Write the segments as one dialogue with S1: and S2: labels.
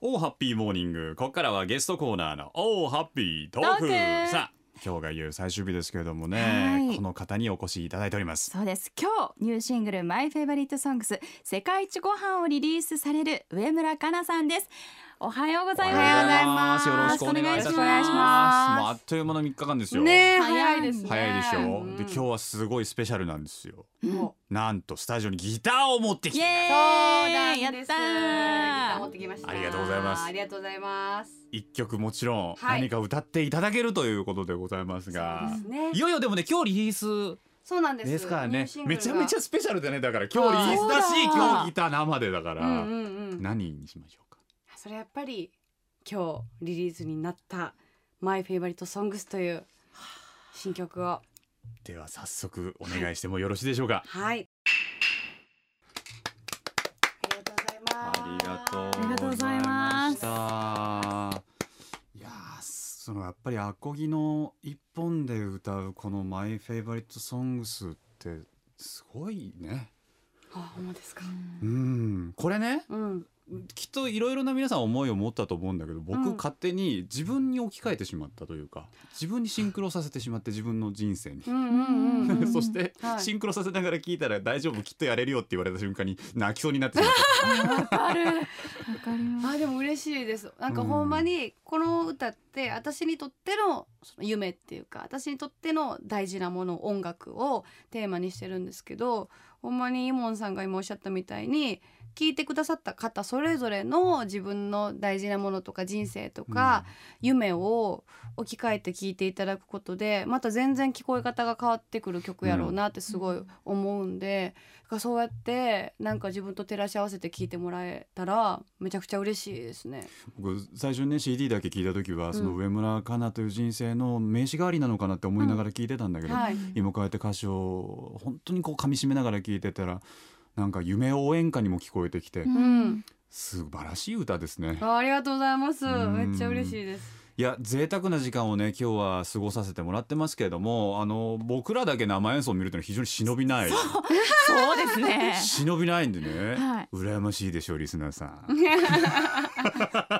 S1: おーハッピーモーニングここからはゲストコーナーのおーハッピートーク
S2: トーク
S1: さあ今日が言う最終日ですけれども
S2: は
S1: ね
S2: い
S1: この方にお越しいただいております
S2: そうです今日ニューシングル「マイ・フェイバリット・ソングス世界一ご飯をリリースされる上村かなさんですおはようございます
S1: おはようございますよろしくお願いいたします
S2: よろくお願いします
S1: もうあっという間の3日間ですよ、
S3: ねえ
S2: 早
S3: 早
S2: い
S3: い
S2: で
S3: ですす
S2: ね
S3: ね
S1: 早いでしょ、
S3: うん
S1: で今日はすごいスペシャルなんですよ
S3: も
S1: なんとスタジオにギターを持ってき
S2: イ
S1: て
S3: う
S2: エ
S3: そう
S2: ーイ
S3: な
S2: や
S3: んで
S2: っ
S3: す
S2: た
S3: ギター持っ
S2: ー
S3: てきました
S1: ありがとうございます
S3: ありがとうございます
S1: 一曲もちろん
S3: はい
S1: 何か歌っていただけるということでございますが、
S3: そうですね
S1: いよいよでもね今日リリース
S3: そうなんです
S1: ですから
S3: ニュ
S1: ね
S3: ーシング
S1: め
S3: ルが
S1: ちゃめちゃスペシャルでねだから今日リリースだし
S2: そうだ
S1: 今日ギター生でだから、
S3: うんうんうん
S1: 何にしましょうか
S3: それやっぱり今日リリースになった「マイ・フェイバリット・ソングス」という新曲を
S1: では早速お願いしてもよろしいでしょうか
S3: はいありがとうございます
S2: ありがとうございます
S1: ありがとうございましたいやーそのやっぱりアコギの一本で歌うこの「マイ・フェイバリット・ソングス」ってすごいね
S3: あほんまですか
S1: うんこれね
S3: うん
S1: きっといろいろな皆さん思いを持ったと思うんだけど僕
S3: うん
S1: 勝手に自分に置き換えてしまったというか自分にシンクロさせてしまって自分の人生に
S3: う。んうんうん
S2: うん
S1: そして、
S3: はい
S1: シンクロさせながら聞いたら大丈夫きっとやれるよって言われた瞬間に泣きそうになってしまっ
S2: あるわかります
S3: あでも嬉しいですなんか
S1: うん
S3: ほんまにこの歌って私にとってのその夢っていうか私にとっての大事なもの音楽をテーマにしてるんですけどほんまにイモンさんが今おっしゃったみたいに聞いてくださった方それぞれの自分の大事なものとか人生と
S1: た。
S3: か、夢を置き換えて聞いていただくことでまた全然聞こえ方が変わってくる曲やろうなってすごい思うんで、だからそうやってなんか自分と照らし合わせて聞いてもらえたらめちゃくちゃ嬉しいですね。
S1: 僕最初にね CD だけ聞いた時は、その上村かなという人生の名刺代わりなのかなって思いながら聞いてたんだけど、
S3: うんはい
S1: 今こうやって歌詞を本当にこう噛み締めながら聞いてたらなんか夢応援歌にも聞こえてきて、
S2: うん
S3: うん、
S1: 素晴らしい歌ですね。
S3: あありがとうございます。
S1: うん
S3: めっちゃ嬉しいです。
S1: いや贅沢な時間をね今日は過ごさせてもらってますけれどもあの僕らだけ生演奏を見るというのは非常に忍びない
S2: そうです ね
S1: 忍びないんでね、
S2: はい
S1: 羨ましいでしょうリスナーさん。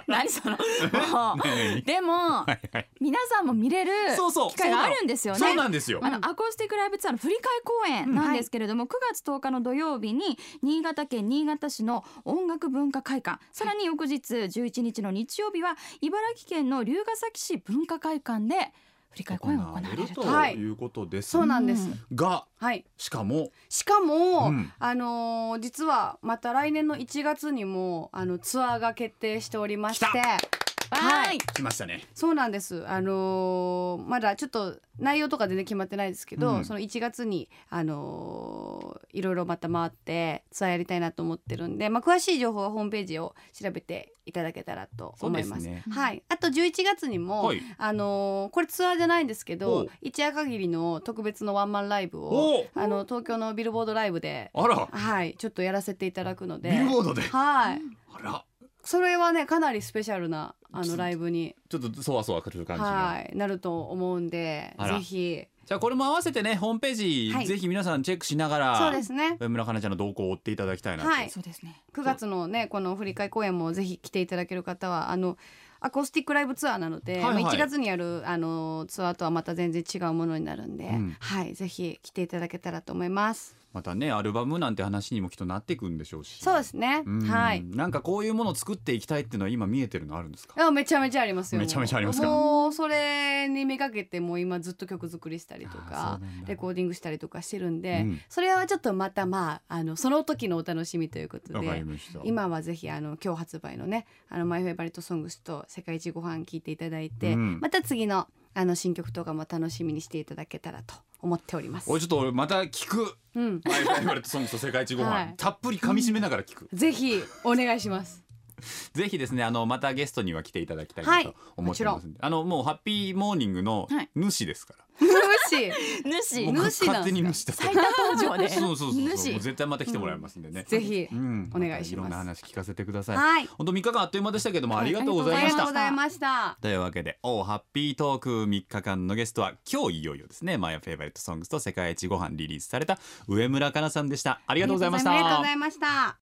S2: 何そ のもう
S1: ねえ
S2: でも
S1: はいはい
S2: 皆さんも見れる
S1: そう そう
S2: 機会があるんですよね
S1: そうなんですよ。
S2: あのアコースティックライブツアーの振り替え公演なんですけれども、9月10日の土曜日に新潟県新潟市の音楽文化会館さらに翌日11日の日曜日は茨城県の龍ヶ崎市文化会館で振り替え公演が行われると。
S1: 行われるということです
S3: そうなんです。
S1: が
S3: はい。
S1: しかも
S3: しかも、
S1: うん
S3: あのー実はまた来年の1月にもあのツアーが決定しておりまして
S1: 来た
S2: は
S3: はい
S2: い、
S1: 来ましたね。
S3: そうなんです。あのーまだちょっと内容とか全然決まってないですけど、
S1: うん
S3: その1月にあのーいろいろまた回ってツアーやりたいなと思ってるんで、まあ詳しい情報はホームページを調べていただけたらと思います。
S1: ね。
S3: はい。あと11月にも、
S1: はい。
S3: あのーこれツアーじゃないんですけ
S1: お
S3: ど
S1: う、
S3: 一夜限りの特別のワンマンライブを
S1: おお。
S3: あの東京のビルボードライブで、
S1: あら。
S3: はい、ちょっとやらせていただくので
S1: ビ、ルボードで。
S3: はい。
S1: あら。
S3: それはねかなりスペシャルなあのライブに。
S1: ちょっとそわそわする感じの。
S3: はい、なると思うんで、
S1: あら
S3: ぜひ。
S1: じゃあこれも合わせてねホームページ、
S3: はい
S1: ぜひ皆さんチェックしながら。
S3: そうですね。
S1: 上村かなちゃんの動向を追っていただきたいなと。
S3: はい
S2: そうですね。
S3: 9月のね、この振り替え公演もぜひ来ていただける方は、あの。アコースティックライブツアーなので、
S1: はいはい
S3: まあ1月にやるあのツアーとはまた全然違うものになるんで、
S1: うん
S3: はい、ぜひ来ていただけたらと思います。
S1: またねアルバムなんて話にもきっとなっていくんでしょうし。
S3: そうですね。
S1: うん
S3: はい。
S1: なんかこういうものを作っていきたいっていうのは今見えてるのあるんですか。
S3: あめちゃめちゃありますよ。
S1: めちゃめちゃありますか
S3: もうそれにめがけてもう今ずっと曲作りしたりと
S1: あーそ
S3: か
S1: うなんだ
S3: レコーディングしたりとかしてるんで、
S1: うん
S3: それはちょっとまたまああのその時のお楽しみということで。
S1: わかりました。
S3: 今はぜひあの今日発売のね「あのマイ・フェイバリット・ソングス」と「世界一ご飯聞いていただいて、
S1: うん
S3: また次のあの新曲とかも楽しみにしていただけたらと思っております
S1: おい。ちょっと俺また聞く。
S3: うん、
S1: マイフェイバリットソングと世界一ご飯、
S3: はい
S1: たっぷり噛み締めながら聞く、
S3: ぜひお願いします。
S1: ぜひですねあのまたゲストには来ていただきたい
S3: は
S1: ないと思ってますんで、あのもうハッピーモーニングの
S2: はい
S1: 主ですから、
S3: 嬉しい
S2: 主
S1: もう
S3: 主なん
S1: か
S3: すか
S1: 勝手に主だか
S2: 最
S1: ら
S2: 多登場で。
S1: そうそうそうそうもう
S2: 主。
S1: 絶対また来てもらいますんでね、
S3: ぜひ
S1: う、ん
S3: お願いしま
S1: たいろ
S3: す
S1: んな話聞かせてください、
S3: はい、
S1: 本当3日間あっという間でしたけどもありがとうござ
S3: あ
S1: いま
S3: りが
S1: し
S3: と
S1: た、
S3: うございました。
S1: というわけで「おハッピートーク」3日間のゲストは今日いよいよですね「マイ・フェイバリット・ソングス」と「世界一ご飯リリースされた上村かなさんでしたありがとうございました
S3: ありがとうございました。